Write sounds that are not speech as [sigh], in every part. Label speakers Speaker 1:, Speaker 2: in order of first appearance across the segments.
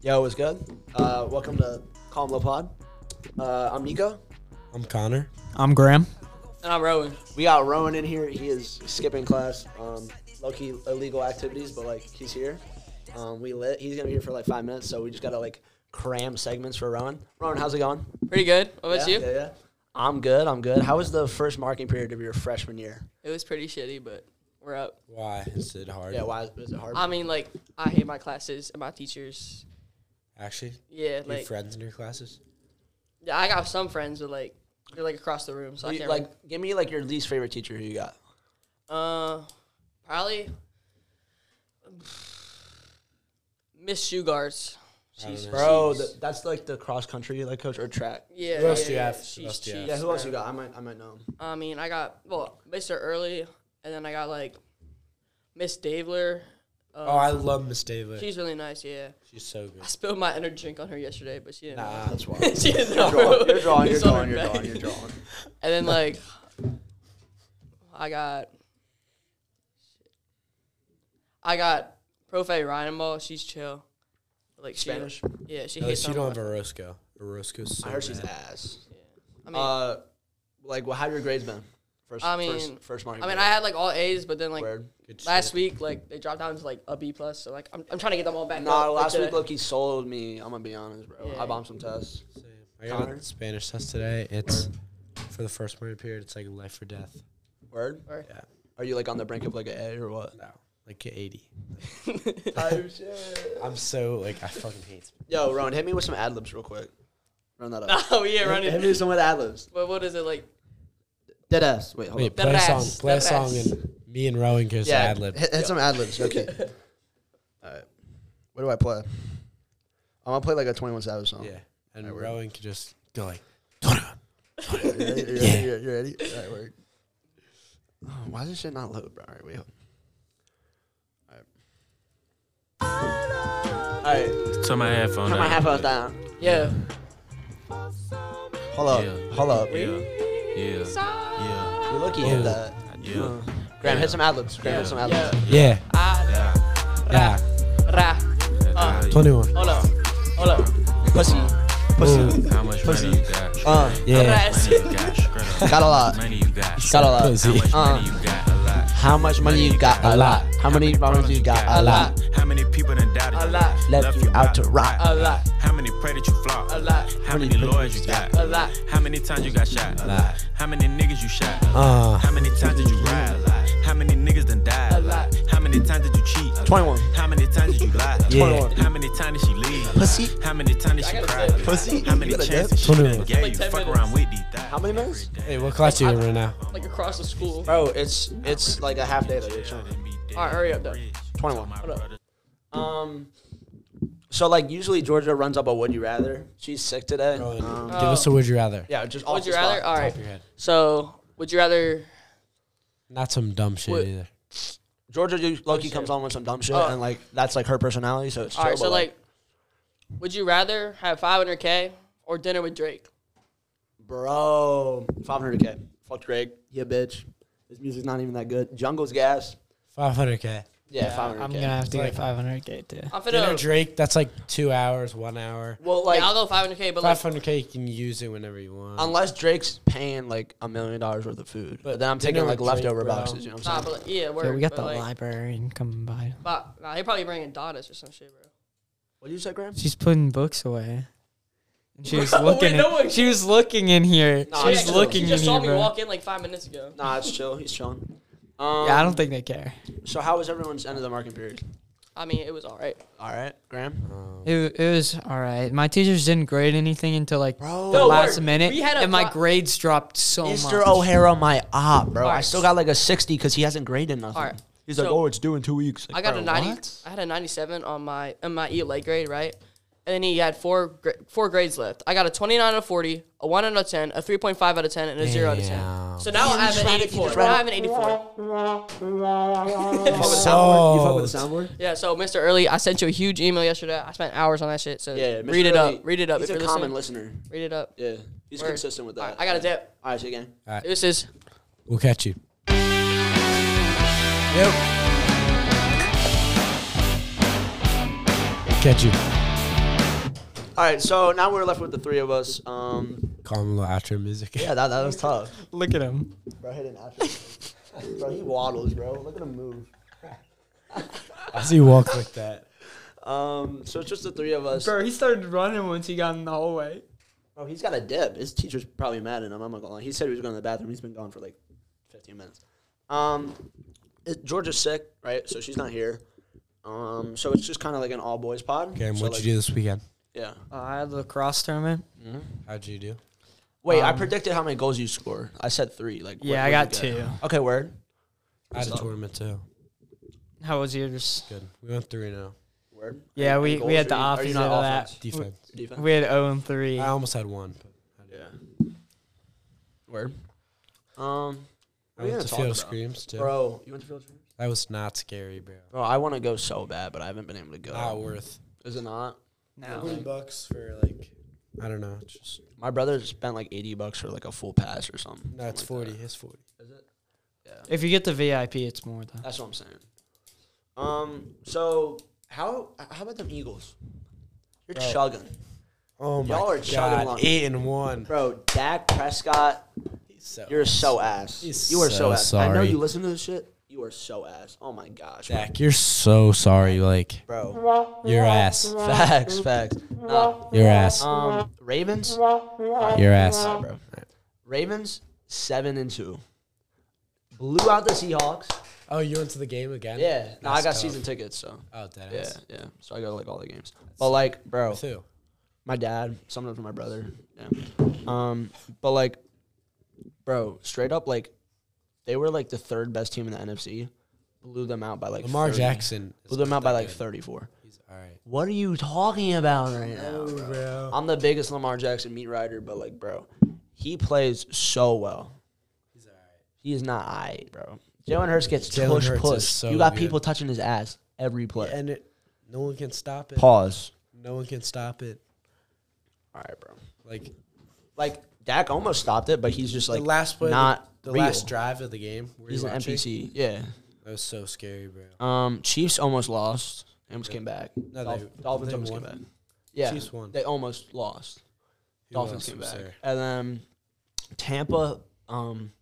Speaker 1: Yo, what's good? Uh, welcome to Calm Low Pod. Uh, I'm Nico.
Speaker 2: I'm Connor.
Speaker 3: I'm Graham.
Speaker 4: And I'm Rowan.
Speaker 1: We got Rowan in here. He is skipping class, um, low key illegal activities, but like he's here. Um, we lit. He's gonna be here for like five minutes, so we just gotta like cram segments for Rowan. Rowan, how's it going?
Speaker 4: Pretty good. What about
Speaker 1: yeah,
Speaker 4: you?
Speaker 1: Yeah, yeah. I'm good. I'm good. How was the first marking period of your freshman year?
Speaker 4: It was pretty shitty, but we're up.
Speaker 2: Why is it hard?
Speaker 1: Yeah, why was it hard?
Speaker 4: I mean, like, I hate my classes and my teachers.
Speaker 2: Actually,
Speaker 4: Yeah,
Speaker 2: your
Speaker 4: like,
Speaker 2: friends in your classes.
Speaker 4: yeah, I got some friends, but like, they're like across the room, so I
Speaker 1: You-
Speaker 4: can't.
Speaker 1: like,
Speaker 4: Like,
Speaker 1: give me like your least favorite teacher who you got.
Speaker 4: uh, probably Miss Shugarts. She's
Speaker 2: know.
Speaker 1: Bro,
Speaker 4: she's-
Speaker 1: the, that's like the cross country like coach or track.
Speaker 4: yeah.
Speaker 2: Who else
Speaker 4: yeah,
Speaker 2: do you
Speaker 4: yeah,
Speaker 2: have? Who
Speaker 4: She's
Speaker 2: else do you have?
Speaker 4: cheap,
Speaker 1: Yeah, who else
Speaker 4: bro.
Speaker 1: you got? I might, I might know him.
Speaker 4: I mean, I got well, Mr. Early, and then I got like Miss Davler. Um,
Speaker 2: Oh, I love Miss Davis. She's,
Speaker 4: she's really nice. Yeah,
Speaker 2: so good.
Speaker 4: I spilled my energy drink on her yesterday, but she didn't. know. [laughs]
Speaker 2: Nah,
Speaker 1: That's why.
Speaker 4: she
Speaker 1: [laughs]
Speaker 4: didn't
Speaker 1: You're drawing,
Speaker 4: know.
Speaker 1: you're drawing, you're
Speaker 4: It's on
Speaker 1: drawing,
Speaker 4: her
Speaker 1: you're
Speaker 4: back.
Speaker 1: drawing, you're drawing. [laughs]
Speaker 4: And then like, I got, I got Profe Ryanball. She's chill. Like she,
Speaker 1: Spanish?
Speaker 4: Yeah, she hates.
Speaker 2: at least you don't
Speaker 4: on
Speaker 2: have a Roscoe. A Roscoe's so
Speaker 1: I heard she's
Speaker 2: bad.
Speaker 1: ass.
Speaker 4: my- I mean,
Speaker 1: Uh, like, well, how have your grades been? First,
Speaker 4: I mean-
Speaker 1: first, first marking.
Speaker 4: I mean, I had like all A's, but then like
Speaker 1: Word.
Speaker 2: Good
Speaker 4: last
Speaker 2: shit.
Speaker 4: week, like they dropped down to like a B plus. So like I'm, I'm trying to get them all back.
Speaker 1: Nah,
Speaker 4: up,
Speaker 1: last
Speaker 4: like,
Speaker 1: week
Speaker 4: the- [laughs]
Speaker 1: Loki sold me. I'm gonna be honest, bro.
Speaker 4: Yeah.
Speaker 1: I bombed some tests.
Speaker 2: Same. I got
Speaker 1: Connor?
Speaker 2: a Spanish test today. It's for the first morning period. It's like life or death.
Speaker 1: Word.
Speaker 4: Word.
Speaker 2: Yeah.
Speaker 1: Are you like on the brink of like an A or
Speaker 4: [laughs]
Speaker 1: what?
Speaker 2: No, like get eighty.
Speaker 4: Oh,
Speaker 1: Type shit.
Speaker 2: I'm so like I fucking hate.
Speaker 1: Yo, Rowan, hit me with some ad libs real quick. Run
Speaker 4: [laughs]
Speaker 1: that up.
Speaker 4: Oh yeah,
Speaker 1: hit, hit me
Speaker 4: running.
Speaker 1: with some with ad libs.
Speaker 4: But what is it like?
Speaker 1: Dead ass. Wait, hold
Speaker 2: Wait,
Speaker 4: The
Speaker 2: play a song.
Speaker 4: rest,
Speaker 2: Play a
Speaker 4: the
Speaker 2: song,
Speaker 4: rest.
Speaker 2: and me and Rowan goes to ad lib.
Speaker 1: Hit, hit some ad
Speaker 4: [laughs]
Speaker 1: libs. Okay. All right. What do I play? I'm gonna play like a 21 Savage song.
Speaker 2: Yeah, and
Speaker 1: Alright, we're-
Speaker 2: Rowan could just go like.
Speaker 1: You ready? You ready? You ready? You ready? All right, word. Oh, why is this shit not load, bro? All right, wait. All right. All right.
Speaker 5: Turn my headphone
Speaker 1: Turn my
Speaker 5: down.
Speaker 1: headphones down.
Speaker 4: Yeah.
Speaker 1: Hold up.
Speaker 5: Yeah.
Speaker 1: Hold up.
Speaker 5: Yeah. Yeah. Yeah.
Speaker 1: You're lucky you hit
Speaker 2: Yeah.
Speaker 1: that.
Speaker 5: Yeah.
Speaker 1: Uh, Graham, hit some ad libs. Graham, hit some ad libs.
Speaker 4: Yeah.
Speaker 2: Yeah,
Speaker 1: Uh.
Speaker 4: Ah,
Speaker 2: yeah.
Speaker 4: ra.
Speaker 5: Yeah.
Speaker 2: Twenty one.
Speaker 4: Hold up. Hold up.
Speaker 1: Pussy.
Speaker 3: Uh,
Speaker 1: Pussy.
Speaker 5: How much money you got?
Speaker 1: Uh,
Speaker 2: Mm, Yeah.
Speaker 4: Rest.
Speaker 5: Money you
Speaker 1: [laughs]
Speaker 5: got? Shred up.
Speaker 1: got a lot.
Speaker 5: Money you got?
Speaker 1: Got a lot.
Speaker 2: Pussy.
Speaker 5: How much
Speaker 1: Uh.
Speaker 5: money you got? A lot.
Speaker 1: How much money you got?
Speaker 2: A lot.
Speaker 1: How many problems you got? Uh. A lot.
Speaker 5: How many people done doubted you?
Speaker 4: A lot.
Speaker 1: Left you out to rot.
Speaker 4: A lot.
Speaker 5: How many pray that you flop?
Speaker 4: A lot.
Speaker 5: How many lawyers you got?
Speaker 4: A lot.
Speaker 5: How many times you got shot? A
Speaker 2: lot.
Speaker 5: How many niggas you shot?
Speaker 2: Uh,
Speaker 5: How many times did you ride? A lot. How many niggas done died?
Speaker 4: A lot.
Speaker 5: How many times did you cheat?
Speaker 1: 21.
Speaker 5: How many times did you lie?
Speaker 2: Yeah.
Speaker 5: How many times did she leave?
Speaker 1: Pussy.
Speaker 5: How many times did she
Speaker 4: I gotta
Speaker 5: cry?
Speaker 4: say-
Speaker 1: Pussy.
Speaker 5: How many
Speaker 1: You got a
Speaker 5: chances she
Speaker 2: 21.
Speaker 5: done gave
Speaker 4: Like
Speaker 5: you?
Speaker 4: 10
Speaker 5: Fuck
Speaker 4: minutes.
Speaker 5: around with these thighs.
Speaker 1: How many minutes?
Speaker 2: hey, what class are you in right now?
Speaker 4: Like across the school.
Speaker 1: Bro, it's it's like a half day that you're chilling.
Speaker 4: Alright, hurry up though.
Speaker 1: 21.
Speaker 5: Hold up.
Speaker 1: Um, so like usually Georgia runs up a would you rather. She's sick today.
Speaker 2: Rowan,
Speaker 1: Um,
Speaker 2: give us a would you rather.
Speaker 1: yeah, just off
Speaker 4: Would you
Speaker 1: the
Speaker 4: rather?
Speaker 1: spot.
Speaker 4: All
Speaker 2: Off
Speaker 4: right.
Speaker 2: your head.
Speaker 4: So, would you rather?
Speaker 2: Not some dumb shit
Speaker 4: What-
Speaker 2: either.
Speaker 1: Georgia Loki comes on with some dumb shit,
Speaker 4: Oh.
Speaker 1: and like that's like her personality. Uh, So it's
Speaker 4: All
Speaker 1: chill,
Speaker 4: right. So,
Speaker 1: but,
Speaker 4: like, would you rather have 500k or dinner with Drake?
Speaker 1: bro, 500k. Fuck Greg, you bitch. This music's not even that good. Jungle's gas.
Speaker 2: Five hundred k.
Speaker 1: Yeah, 500k.
Speaker 3: I'm gonna have to
Speaker 2: Like-
Speaker 3: get 500k too.
Speaker 4: I'm
Speaker 1: uh,
Speaker 2: Dinner
Speaker 4: finna.
Speaker 2: Drake. That's like two hours, one hour.
Speaker 1: well, like
Speaker 4: Like, I'll go 500k, but
Speaker 2: Five
Speaker 4: like,
Speaker 2: hundred k. You can use it whenever you want.
Speaker 1: unless Drake's paying like a million dollars worth of food, but then I'm
Speaker 2: dinner
Speaker 1: taking like
Speaker 2: with
Speaker 1: leftover
Speaker 2: Drake, bro.
Speaker 1: boxes. You know what I'm
Speaker 4: nah,
Speaker 1: saying?
Speaker 4: but like, yeah, word,
Speaker 3: So we got
Speaker 4: but,
Speaker 3: the
Speaker 4: like,
Speaker 3: librarian coming by.
Speaker 4: But, nah, he probably bringing Donis or some shit, bro.
Speaker 1: What did you say, Graham?
Speaker 3: She's putting books away. And she was
Speaker 4: Bro,
Speaker 3: looking.
Speaker 4: wait, no
Speaker 3: in-
Speaker 4: one-
Speaker 3: she was looking in here.
Speaker 1: Nah,
Speaker 3: she
Speaker 1: I'm
Speaker 3: was
Speaker 1: just-
Speaker 4: she
Speaker 3: looking
Speaker 4: just
Speaker 3: in
Speaker 4: saw
Speaker 3: here,
Speaker 4: me
Speaker 3: bro.
Speaker 4: walk in like five minutes ago.
Speaker 1: Nah, it's chill. He's chilling. Um,
Speaker 3: yeah, I don't think they care.
Speaker 1: So how was everyone's end of the marking period?
Speaker 4: I mean, it was all right.
Speaker 1: All right, Graham.
Speaker 2: Um,
Speaker 3: It, it was all right. My teachers didn't grade anything until like
Speaker 1: Bro.
Speaker 3: the
Speaker 1: No,
Speaker 3: last
Speaker 4: word.
Speaker 3: minute,
Speaker 4: We had a
Speaker 3: and my
Speaker 4: pro-
Speaker 3: grades dropped so
Speaker 1: Mr.
Speaker 3: much.
Speaker 1: O'Hara, my op, bro. I
Speaker 4: Alright.
Speaker 1: still got like a 60 because he hasn't graded nothing.
Speaker 4: Alright.
Speaker 1: He's
Speaker 4: So-
Speaker 1: like, oh, it's due in two weeks. Like,
Speaker 4: I got
Speaker 1: bro,
Speaker 4: a ninety.
Speaker 1: what?
Speaker 4: I had a ninety-seven on my on my E leg grade, right? And then he had four gra- four grades left. I got a twenty-nine out of forty, a one out of ten, a three point five out of ten, and a zero out of ten.
Speaker 2: Damn.
Speaker 4: So now I have an eighty-four. Now I have an eighty-four.
Speaker 2: So-
Speaker 1: soundboard?
Speaker 4: Yeah. So Mr. Early, I sent you a huge email yesterday. I spent hours on that shit. So
Speaker 1: Yeah, Mr.
Speaker 4: Uh, read it
Speaker 1: Early,
Speaker 4: up. Read it up.
Speaker 1: He's
Speaker 4: if
Speaker 1: a
Speaker 4: you're
Speaker 1: common
Speaker 4: listening.
Speaker 1: listener.
Speaker 4: Read it up.
Speaker 1: Yeah, he's
Speaker 4: Word.
Speaker 1: consistent with that.
Speaker 4: Alright, I got a dip.
Speaker 1: All right, see you again.
Speaker 4: This is
Speaker 2: We'll catch you.
Speaker 3: Yep.
Speaker 2: Catch you.
Speaker 1: All right, so now we're left with the three of us. Um,
Speaker 2: Call him a little outro music.
Speaker 1: yeah, that, that was tough.
Speaker 3: Look at him.
Speaker 1: Bro, hit an outro. [laughs] bro, he waddles, bro. Look at him move.
Speaker 2: [laughs] As he walk like that.
Speaker 1: Um, so it's just the three of us.
Speaker 3: Bro, he started running once he got in the hallway.
Speaker 1: Oh, he's got a dip. His teacher's probably mad at him. I'm not gonna lie. He said he was going to the bathroom. He's been gone for like 15 minutes. Um, it, Georgia's sick, right? So she's not here. Um, so it's just kind of like an all boys pod.
Speaker 2: Okay, and
Speaker 1: so
Speaker 2: what'd
Speaker 1: like,
Speaker 2: you do this weekend?
Speaker 1: Yeah.
Speaker 3: Uh, I had the lacrosse tournament.
Speaker 2: How'd you do?
Speaker 1: Wait, I
Speaker 3: Um,
Speaker 1: predicted how many goals you score. I said three. Like,
Speaker 3: Yeah, I
Speaker 1: what'd
Speaker 3: got
Speaker 1: you get?
Speaker 3: two.
Speaker 1: Okay, word.
Speaker 2: I had a
Speaker 1: What's up?
Speaker 2: tournament too.
Speaker 3: How was yours?
Speaker 2: Good. We went three oh. now.
Speaker 1: Word.
Speaker 3: Yeah,
Speaker 1: Any
Speaker 3: we,
Speaker 1: goals
Speaker 3: we had
Speaker 1: or
Speaker 3: the
Speaker 1: you- are you
Speaker 3: opposite
Speaker 1: not
Speaker 3: of that.
Speaker 1: offense?
Speaker 2: Defense.
Speaker 1: Defense.
Speaker 3: We had 0 and 3.
Speaker 2: I almost had one. But
Speaker 1: Yeah. Word. Um,
Speaker 2: I
Speaker 1: What are you
Speaker 2: went
Speaker 1: gonna
Speaker 2: to
Speaker 1: talk
Speaker 2: field
Speaker 1: about?
Speaker 2: of screams too.
Speaker 1: bro, you went to field training?
Speaker 2: That was not scary, bro.
Speaker 1: Bro, I want to go so bad, but I haven't been able to go.
Speaker 3: Ah,
Speaker 2: Not worth.
Speaker 1: Is it not?
Speaker 3: No.
Speaker 2: bucks for like. I don't know. Just
Speaker 1: My brother spent like 80 bucks for like a full pass or something.
Speaker 2: no. It's
Speaker 1: Something
Speaker 2: forty.
Speaker 1: like
Speaker 2: It's forty.
Speaker 1: that. Is it? Yeah.
Speaker 3: If you get the VIP, it's more though.
Speaker 1: That's what I'm saying. Um, so how how about them Eagles? You're
Speaker 2: Bro.
Speaker 1: chugging.
Speaker 2: Oh my
Speaker 1: Y'all are chugging
Speaker 2: god!
Speaker 1: along.
Speaker 2: Eight and one.
Speaker 1: Bro, Dak Prescott,
Speaker 2: He's so
Speaker 1: you're so ass.
Speaker 2: He's
Speaker 1: you are
Speaker 2: so
Speaker 1: so, ass. I know
Speaker 2: sorry.
Speaker 1: you listen to this shit. You are so ass. Oh my gosh. bro.
Speaker 2: Jack, you're so sorry. Like [laughs]
Speaker 1: Bro.
Speaker 2: your ass,
Speaker 1: Facts, facts. Nah.
Speaker 2: your ass,
Speaker 1: Um Ravens.
Speaker 2: your ass,
Speaker 1: bro. Ravens, seven and two. Blew out the Seahawks.
Speaker 2: Oh, you went to the game again?
Speaker 1: Yeah. No, I
Speaker 2: That's
Speaker 1: got
Speaker 2: tough.
Speaker 1: season tickets, so
Speaker 2: Oh, dead
Speaker 1: yeah,
Speaker 2: ass.
Speaker 1: yeah. So I go to like all the games. But like, bro,
Speaker 2: With who?
Speaker 1: my dad, sometimes with my brother. Yeah.
Speaker 2: [laughs]
Speaker 1: Um, but like, bro, straight up, like, they were like the third best team in the NFC. Blew them out by like
Speaker 2: Lamar
Speaker 1: 30.
Speaker 2: Jackson. is
Speaker 1: Blew them out by like
Speaker 2: good.
Speaker 1: thirty-four.
Speaker 2: He's all right.
Speaker 1: What are you talking about right now, bro?
Speaker 2: Bro.
Speaker 1: I'm the biggest Lamar Jackson meat rider, but like, bro, he plays so well.
Speaker 2: He's all right.
Speaker 1: He is not I, bro. Jalen Hurts gets
Speaker 2: Jalen
Speaker 1: push
Speaker 2: Hurts is
Speaker 1: push.
Speaker 2: so
Speaker 1: you got
Speaker 2: good.
Speaker 1: people touching his ass every play.
Speaker 2: And it, no one can stop it.
Speaker 1: Pause.
Speaker 2: No one can stop it.
Speaker 1: All right, bro.
Speaker 2: Like
Speaker 1: Like Dak almost stopped it, but he's just like
Speaker 2: the last play,
Speaker 1: not
Speaker 2: the,
Speaker 1: real.
Speaker 2: last drive of the game. Were
Speaker 1: He's
Speaker 2: you
Speaker 1: an
Speaker 2: watching?
Speaker 1: NPC. Yeah.
Speaker 2: That was so scary, bro.
Speaker 1: Um, Chiefs almost lost. They Almost came back.
Speaker 2: No,
Speaker 1: Dolph-
Speaker 2: they-
Speaker 1: Dolphins
Speaker 2: they
Speaker 1: almost
Speaker 2: won.
Speaker 1: came back. Yeah.
Speaker 2: Chiefs won.
Speaker 1: They almost lost.
Speaker 2: Who
Speaker 1: Dolphins
Speaker 2: else
Speaker 1: came
Speaker 2: was
Speaker 1: back.
Speaker 2: there?
Speaker 1: And then Tampa, um,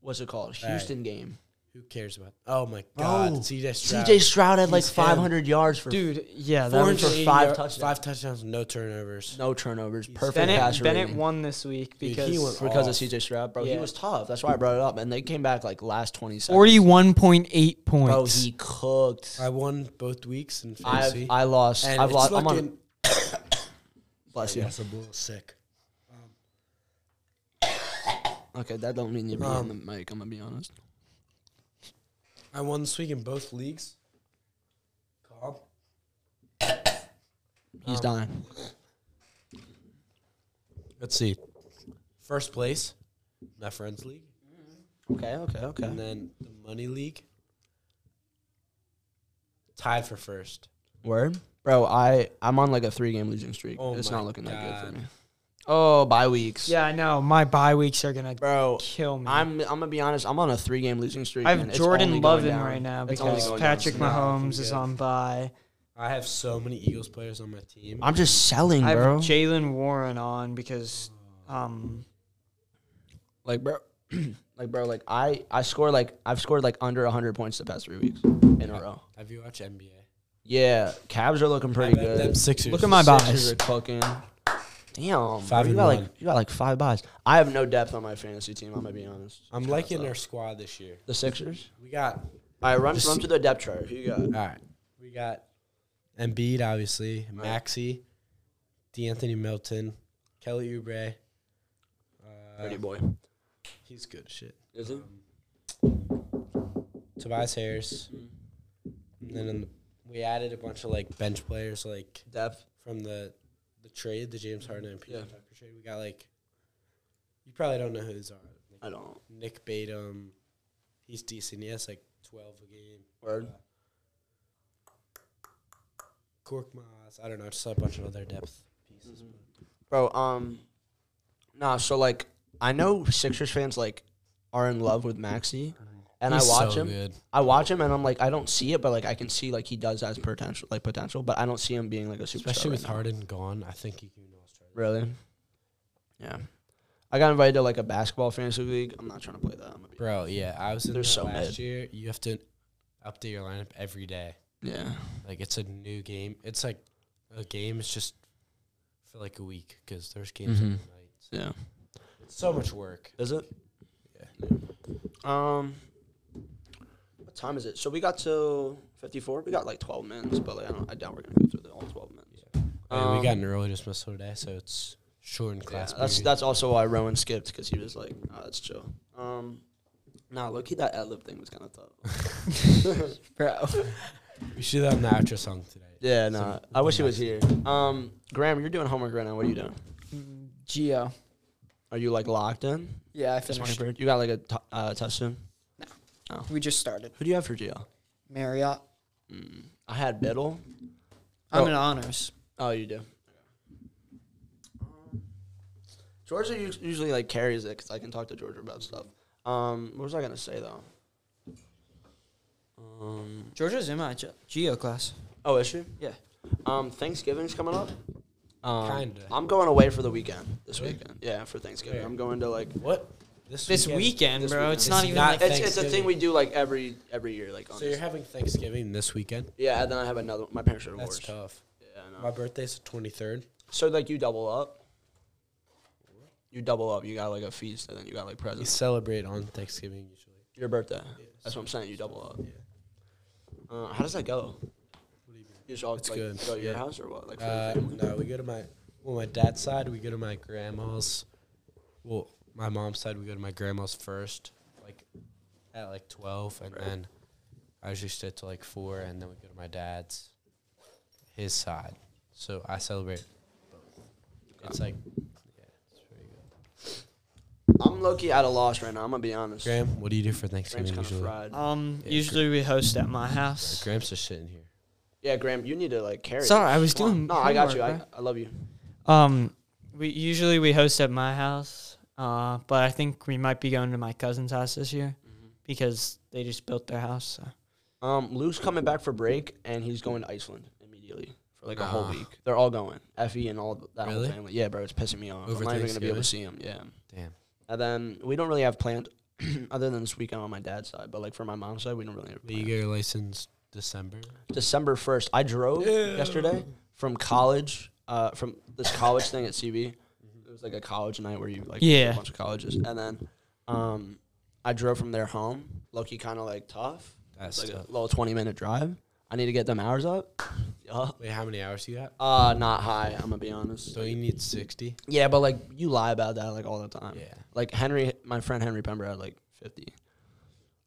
Speaker 1: what's it called? Houston game.
Speaker 2: Who cares about? Oh my god, CJ Stroud.
Speaker 1: CJ Stroud had like
Speaker 2: He's him.
Speaker 1: 500 yards for
Speaker 3: Dude, yeah, that
Speaker 1: 400 for
Speaker 3: was
Speaker 2: 480
Speaker 1: five
Speaker 2: yard-
Speaker 1: touchdowns.
Speaker 2: Five touchdowns, no turnovers.
Speaker 1: no turnovers. Perfect
Speaker 3: Bennett.
Speaker 1: passer
Speaker 3: Bennett
Speaker 1: rating.
Speaker 3: won this week
Speaker 2: Dude, he
Speaker 3: because
Speaker 2: went
Speaker 1: because
Speaker 2: off.
Speaker 1: of CJ Stroud, bro. He
Speaker 3: Yeah.
Speaker 1: was tough. That's why I brought it up. And they came back like last 20 seconds.
Speaker 3: forty-one point eight points.
Speaker 1: Bro, he cooked.
Speaker 2: I won both weeks in fantasy.
Speaker 1: I've, I lost.
Speaker 2: and
Speaker 1: I've
Speaker 2: it's
Speaker 1: lost. I'm
Speaker 2: looking-
Speaker 1: on. Bless you.
Speaker 2: Yes, I'm a little sick.
Speaker 1: Okay, that don't mean you be on
Speaker 2: Um,
Speaker 1: the mic. I'm gonna be honest.
Speaker 2: I won this week in both leagues. Calm.
Speaker 1: He's dying.
Speaker 2: Let's see. First place, my friends league,
Speaker 1: Okay, okay,
Speaker 2: and
Speaker 1: okay.
Speaker 2: then the money league. Tied for first.
Speaker 1: Word, bro. I I'm on like a three game losing streak.
Speaker 2: Oh
Speaker 1: it's
Speaker 2: my
Speaker 1: not looking that good for
Speaker 2: God.
Speaker 1: me. Oh, bye weeks.
Speaker 3: yeah, I know. My bye weeks are gonna
Speaker 1: bro.
Speaker 3: kill me.
Speaker 1: I'm I'm gonna be honest. I'm on a three game losing streak.
Speaker 3: I have
Speaker 1: and it's only
Speaker 3: Jordan
Speaker 1: going
Speaker 3: Lovin
Speaker 1: down.
Speaker 3: right now
Speaker 1: It's only
Speaker 3: because
Speaker 1: going down.
Speaker 3: Patrick
Speaker 2: Yeah, I think
Speaker 3: Mahomes is
Speaker 2: so.
Speaker 3: on bye.
Speaker 2: I have so many Eagles players on my team.
Speaker 1: I'm just selling,
Speaker 3: I have
Speaker 1: bro.
Speaker 3: Jalen Warren on because um
Speaker 1: like, bro. [clears throat] Like bro, like I, I score like I've scored like under hundred points the past three weeks in a row.
Speaker 2: Have you watched NBA?
Speaker 1: Yeah, Cavs are looking pretty
Speaker 2: I bet
Speaker 1: good.
Speaker 2: Them Sixers.
Speaker 3: Look at my buys.
Speaker 1: Sixers are cooking. Damn,
Speaker 2: Five
Speaker 1: bro, you
Speaker 2: and
Speaker 1: got like
Speaker 2: one.
Speaker 1: you got like five buys. I have no depth on my fantasy team. I'm gonna be honest.
Speaker 2: I'm liking their squad this year.
Speaker 1: The Sixers.
Speaker 2: We got
Speaker 1: All right, run,
Speaker 2: Just- Uh,
Speaker 1: run to the depth chart. Who you got?
Speaker 2: all right. We got Embiid, obviously, Maxi, D'Anthony Milton, Kelly Oubre.
Speaker 1: Pretty
Speaker 2: Uh,
Speaker 1: boy.
Speaker 2: he's good as shit. Um,
Speaker 1: Is it?
Speaker 2: Tobias Harris. And then in the, we added a bunch of like bench players like
Speaker 1: Depth.
Speaker 2: from the the trade, the James Harden and PJ
Speaker 1: Yeah.
Speaker 2: Tucker trade. We got like you probably don't know who these are. Like,
Speaker 1: I don't.
Speaker 2: Nick Batum, he's decent. He has like twelve a game. Uh,
Speaker 1: Word.
Speaker 2: Cork Moss. I don't know, just a bunch of other depth pieces.
Speaker 1: Bro, um, nah. So like, I know Sixers fans like are in love with Maxi. and
Speaker 2: He's
Speaker 1: I watch
Speaker 2: so
Speaker 1: him.
Speaker 2: good.
Speaker 1: I watch him, and I'm like, I don't see it, but like I can see like he does has potential, like potential, but I don't see him being like a superstar.
Speaker 2: Especially
Speaker 1: right
Speaker 2: with
Speaker 1: now.
Speaker 2: Harden gone, I think he can.
Speaker 1: Really? Yeah. I got invited to like a basketball fantasy league. I'm not trying to play that. I'm gonna be,
Speaker 2: Bro, yeah, I was in
Speaker 1: They're
Speaker 2: that
Speaker 1: so
Speaker 2: last
Speaker 1: mid.
Speaker 2: year. You have to update your lineup every day.
Speaker 1: yeah.
Speaker 2: Like it's a new game. It's like a game. It's just for like a week because there's games every
Speaker 1: Mhm.
Speaker 2: night.
Speaker 1: Yeah.
Speaker 2: It's so much work.
Speaker 1: Is it? Yeah. Um. What time is it? So we got to 54. We got like 12 minutes, but like, I don't. I doubt we're gonna go through the all 12 minutes.
Speaker 2: I mean,
Speaker 1: Um,
Speaker 2: we got an early dismissal today, so it's short and class.
Speaker 1: Yeah, that's
Speaker 2: period. [laughs]
Speaker 1: that's also why Rowan skipped because he was like, "Oh, that's chill." Um. Nah, look, that ad lib thing was kind of tough.
Speaker 3: [laughs] bro.
Speaker 2: we should have done the outro song today.
Speaker 1: Yeah, no. Nah, I wish he was here. Um, Graham, you're doing homework right now. What are you doing?
Speaker 3: Geo.
Speaker 1: Are you like locked in?
Speaker 3: Yeah, I
Speaker 1: This morning,
Speaker 3: finished.
Speaker 1: Bird? You got like a t- uh, touch soon?
Speaker 3: We just started.
Speaker 1: Who do you have for GL?
Speaker 3: Marriott.
Speaker 1: I had Biddle.
Speaker 3: I'm
Speaker 1: Oh.
Speaker 3: in honors.
Speaker 1: Oh, you do. Um, Georgia us- usually like carries it because I can talk to Georgia about stuff. Um, what was I gonna say though? Um,
Speaker 3: Georgia's in my ge- geo class.
Speaker 1: oh, is she?
Speaker 3: Yeah.
Speaker 1: Um, Thanksgiving's coming up. Um,
Speaker 2: Kinda.
Speaker 1: I'm going away for the weekend this
Speaker 2: Really?
Speaker 1: weekend. Yeah, for Thanksgiving.
Speaker 2: Where?
Speaker 1: I'm going to like.
Speaker 2: What? This
Speaker 3: This weekend,
Speaker 1: This
Speaker 3: bro.
Speaker 1: weekend.
Speaker 3: It's
Speaker 1: It's
Speaker 3: not even
Speaker 2: not
Speaker 3: like
Speaker 1: It's, it's a thing
Speaker 2: Thanksgiving.
Speaker 1: we do like every every year. Like on
Speaker 2: So you're
Speaker 1: this-
Speaker 2: having Thanksgiving this weekend?
Speaker 1: yeah, and then I have another. My parents are
Speaker 2: That's
Speaker 1: divorced.
Speaker 2: tough.
Speaker 1: Yeah, I know.
Speaker 2: My birthday's the 23rd.
Speaker 1: So like you double up. You double up. You got like a feast, and then you got like
Speaker 2: We
Speaker 1: presents.
Speaker 2: celebrate on Thanksgiving usually.
Speaker 1: Your birthday. That's what I'm saying. You double up. Uh, how does that go? You just all
Speaker 2: It's
Speaker 1: like,
Speaker 2: good.
Speaker 1: go to your
Speaker 2: Yeah.
Speaker 1: house or what? Like for
Speaker 2: Uh,
Speaker 1: your family?
Speaker 2: no, we go to my well, my dad's side. We go to my grandma's. Well, my mom's side. We go to my grandma's first, like at like twelve, and then I usually stay till like four, and then we go to my dad's, his side. So I celebrate. both. It's like, yeah, it's pretty good.
Speaker 1: I'm low key at a loss right now. I'm gonna be honest.
Speaker 2: Graham, what do you do for
Speaker 1: Graham's
Speaker 2: Thanksgiving
Speaker 1: kind of
Speaker 2: usually?
Speaker 1: fried.
Speaker 3: Um,
Speaker 2: Yeah,
Speaker 3: usually we host at my house.
Speaker 2: Graham's just sitting here.
Speaker 1: yeah, Graham, you need to like carry.
Speaker 3: Sorry,
Speaker 1: this.
Speaker 3: I was
Speaker 1: Come on.
Speaker 3: doing
Speaker 1: No, I got you. I,
Speaker 3: homework,
Speaker 1: I love you.
Speaker 3: Um, we usually we host at my house. Uh, but I think we might be going to my cousin's house this year because they just built their house. So.
Speaker 1: Um, Luke's coming back for break, and he's going to Iceland immediately for like a whole
Speaker 2: Nah.
Speaker 1: week. They're all going. Effie and all th- that
Speaker 2: Ah. Really?
Speaker 1: whole family. Yeah, bro, it's pissing me off.
Speaker 2: Over
Speaker 1: I'm not even gonna be able
Speaker 2: Thanksgiving?
Speaker 1: to see him. Yeah.
Speaker 2: Damn.
Speaker 1: And then we don't really have planned [clears throat] other than this weekend on my dad's side, but like for my mom's side, we don't really have
Speaker 2: But you
Speaker 1: planned.
Speaker 2: get your license December.
Speaker 1: December 1st, I drove yesterday from college, uh, from this college thing at CB. It was like a college night where you like see
Speaker 3: Yeah.
Speaker 1: a bunch of colleges. And then um, I drove from their home. Loki kind of like tough.
Speaker 2: That's
Speaker 1: It's like
Speaker 2: tough.
Speaker 1: a little 20 minute drive. I need to get them hours up. Yeah.
Speaker 2: Wait, how many hours you got?
Speaker 1: Uh, not high, I'm going to be honest.
Speaker 2: So you need sixty.
Speaker 1: Yeah, but like you lie about that like all the time.
Speaker 2: Yeah.
Speaker 1: Like Henry, my friend Henry Pember had like 50.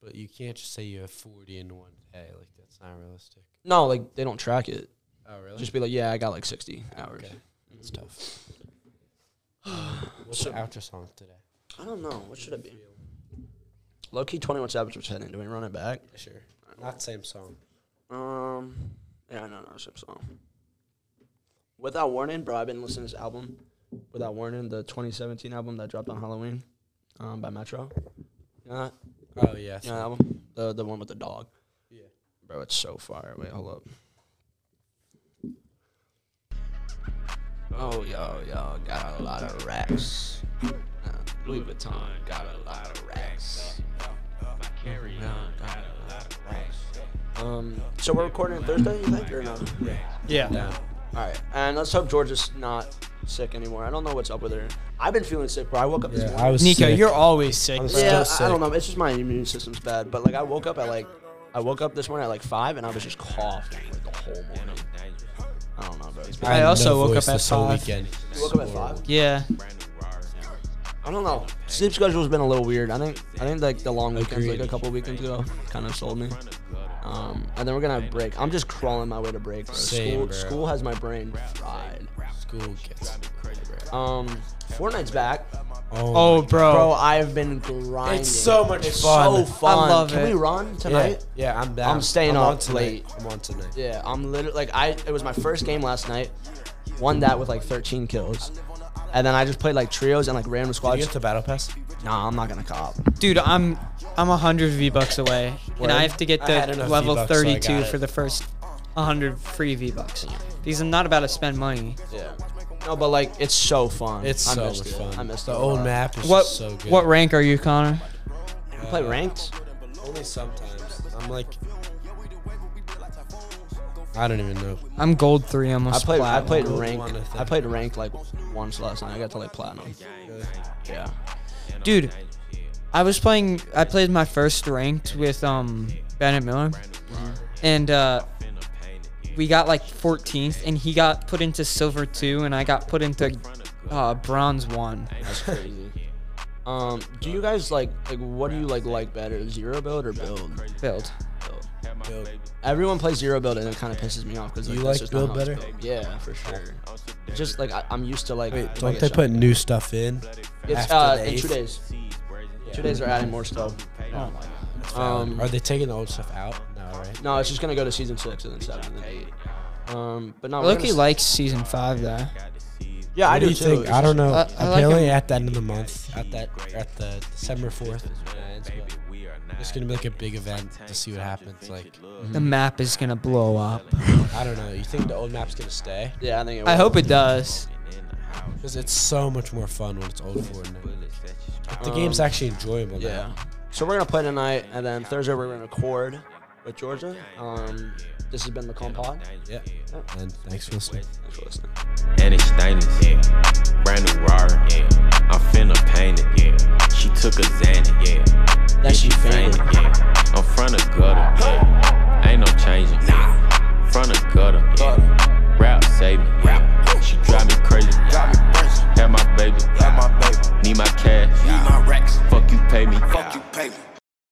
Speaker 2: But you can't just say you have 40 in one day. Like, that's not realistic.
Speaker 1: No, like they don't track it.
Speaker 2: Oh, really?
Speaker 1: Just be like, yeah, I got like 60 hours. Mm-hmm.
Speaker 2: Okay. That's tough.
Speaker 1: [sighs]
Speaker 2: What's the outro song today?
Speaker 1: I don't know. What should it be? Low key 21 Savage was heading. Do we run it back?
Speaker 2: Sure. Not same song.
Speaker 1: Um, yeah, I know another Sip song. Without Warning, bro, I've been listening to this album. Without Warning, the 2017 album that dropped on Halloween um, by Metro. You know that,
Speaker 2: Oh, yeah.
Speaker 1: you know that album? The, the one with the dog.
Speaker 2: Yeah.
Speaker 1: Bro, it's so fire. Wait, hold up. Oh, yo, yo, got a lot of racks. Uh, Louis Vuitton got a lot of racks. Um, so we're recording Thursday, you think, or no?
Speaker 3: Yeah.
Speaker 2: [laughs]
Speaker 1: All right, and let's hope Georgia's not sick anymore. I don't know what's up with her. I've been feeling sick, bro. I woke up this morning.
Speaker 2: I was
Speaker 3: Nico, you're always sick.
Speaker 2: I'm
Speaker 3: bro.
Speaker 2: still
Speaker 1: yeah, I- I
Speaker 2: sick.
Speaker 1: don't know. It's just my immune system's bad. But like, I woke up at like, I woke up this morning at like five, and I was just coughing like the whole morning. I don't know, bro. It's been-
Speaker 3: I also woke up
Speaker 2: voice
Speaker 3: at
Speaker 2: this whole
Speaker 3: five.
Speaker 2: weekend.
Speaker 1: You woke up at five.
Speaker 3: Yeah.
Speaker 1: I don't know. Sleep schedule's been a little weird. I think I think like the long weekends, like
Speaker 2: Agreed.
Speaker 1: a couple weekends ago, kind of sold me. Um, and then we're gonna have break. I'm just crawling my way to break. Bro.
Speaker 2: Same,
Speaker 1: school,
Speaker 2: bro.
Speaker 1: school has my brain fried.
Speaker 2: School gets.
Speaker 1: Um, Fortnite's back.
Speaker 3: Oh, bro.
Speaker 1: Bro, I've been grinding.
Speaker 2: It's so much
Speaker 1: It's
Speaker 2: fun.
Speaker 1: So fun.
Speaker 3: I love
Speaker 1: Can we
Speaker 3: it.
Speaker 1: run tonight?
Speaker 2: Yeah, yeah, I'm down.
Speaker 1: I'm staying
Speaker 2: on
Speaker 1: up
Speaker 2: tonight.
Speaker 1: late.
Speaker 2: I'm on tonight.
Speaker 1: Yeah. I'm literally like I. It was my first game last night. Won that with like 13 kills, and then I just played like trios and like random
Speaker 2: You
Speaker 1: squads.
Speaker 2: get the battle pass?
Speaker 1: nah, I'm not gonna cop.
Speaker 3: Dude, I'm I'm 100 V bucks away,
Speaker 2: Word.
Speaker 3: and I have to get
Speaker 2: I
Speaker 3: to
Speaker 2: had enough
Speaker 3: level
Speaker 2: V-Bucks, so I
Speaker 3: 32
Speaker 2: got it.
Speaker 3: for the first 100 free V bucks. Because I'm not about to spend money.
Speaker 1: Yeah. No, but like it's so fun.
Speaker 2: It's
Speaker 1: I
Speaker 2: so
Speaker 1: missed
Speaker 2: much
Speaker 1: it.
Speaker 2: fun.
Speaker 1: I missed
Speaker 2: the
Speaker 1: it a
Speaker 2: old
Speaker 1: lot.
Speaker 2: map is
Speaker 3: What
Speaker 2: just so good.
Speaker 3: what rank are you, Connor?
Speaker 1: You play ranked?
Speaker 2: Only sometimes. I'm like, I don't even know.
Speaker 3: I'm gold three
Speaker 1: I
Speaker 3: almost.
Speaker 1: played. I
Speaker 3: platinum.
Speaker 1: played
Speaker 2: Platinum.
Speaker 1: ranked.
Speaker 2: One, I think.
Speaker 1: I played ranked like once last night. I got to like platinum. Yeah.
Speaker 3: Dude, I was playing. I played my first ranked with um Bennett Miller, and uh, we got like 14th, and he got put into silver two, and I got put into uh, bronze one.
Speaker 2: [laughs]
Speaker 1: That's crazy. um, do you guys like like what do you like like better, zero build or build?
Speaker 3: Build.
Speaker 1: Build.
Speaker 2: Build.
Speaker 1: Everyone plays zero build and it kind of pisses me off because
Speaker 2: You
Speaker 1: that's
Speaker 2: like
Speaker 1: just not
Speaker 2: build
Speaker 1: how it's
Speaker 2: better?
Speaker 1: built. Yeah, for sure. It's just like I, I'm used to like.
Speaker 2: Wait,
Speaker 1: if I
Speaker 2: don't
Speaker 1: get
Speaker 2: they
Speaker 1: shot-
Speaker 2: put new stuff in?
Speaker 1: It's
Speaker 2: after
Speaker 1: uh,
Speaker 2: the
Speaker 1: in two
Speaker 2: eighth?
Speaker 1: days. Two days are adding more stuff.
Speaker 3: Oh
Speaker 1: Um,
Speaker 2: Are they taking the old stuff out? No, right?
Speaker 1: no, it's just gonna go to season six and then seven and then eight. Um, but no, we're
Speaker 3: Loki
Speaker 1: gonna-
Speaker 3: likes season five though.
Speaker 1: Yeah, I
Speaker 2: What
Speaker 1: do,
Speaker 2: you
Speaker 1: too.
Speaker 2: think?
Speaker 1: It's
Speaker 2: I
Speaker 1: just-
Speaker 2: don't know.
Speaker 3: I- I like
Speaker 2: Apparently,
Speaker 3: him.
Speaker 2: at the end of the month, at that, at the December fourth, uh, it's gonna be like a big event to see what happens. Like,
Speaker 3: The map is gonna blow up.
Speaker 2: I don't know. You think the old map's gonna stay?
Speaker 1: Yeah, I think. It
Speaker 3: I
Speaker 1: will.
Speaker 3: hope it does.
Speaker 2: Because it's so much more fun when it's old Fortnite. Like, the game's
Speaker 1: Um,
Speaker 2: actually enjoyable. now.
Speaker 1: Yeah. So we're gonna play tonight, and then Thursday we're gonna record with Georgia. Um, this has been the Pod.
Speaker 2: Yeah. And thanks for listening.
Speaker 1: Thanks for listening.
Speaker 6: and it's stainless. Yeah. Brand new Rari. Yeah. I'm finna paint it. Yeah. She took a Xanax. Yeah.
Speaker 1: That she fainted.
Speaker 6: Yeah. I'm front of gutter. Yeah. Ain't no changing. Yeah. Front of gutter. Yeah. Rap save me. Yeah. She drive me crazy. Yeah. Have my baby. Need my cash.
Speaker 7: Need my racks.
Speaker 6: Fuck you pay me.
Speaker 7: Fuck you, pay me.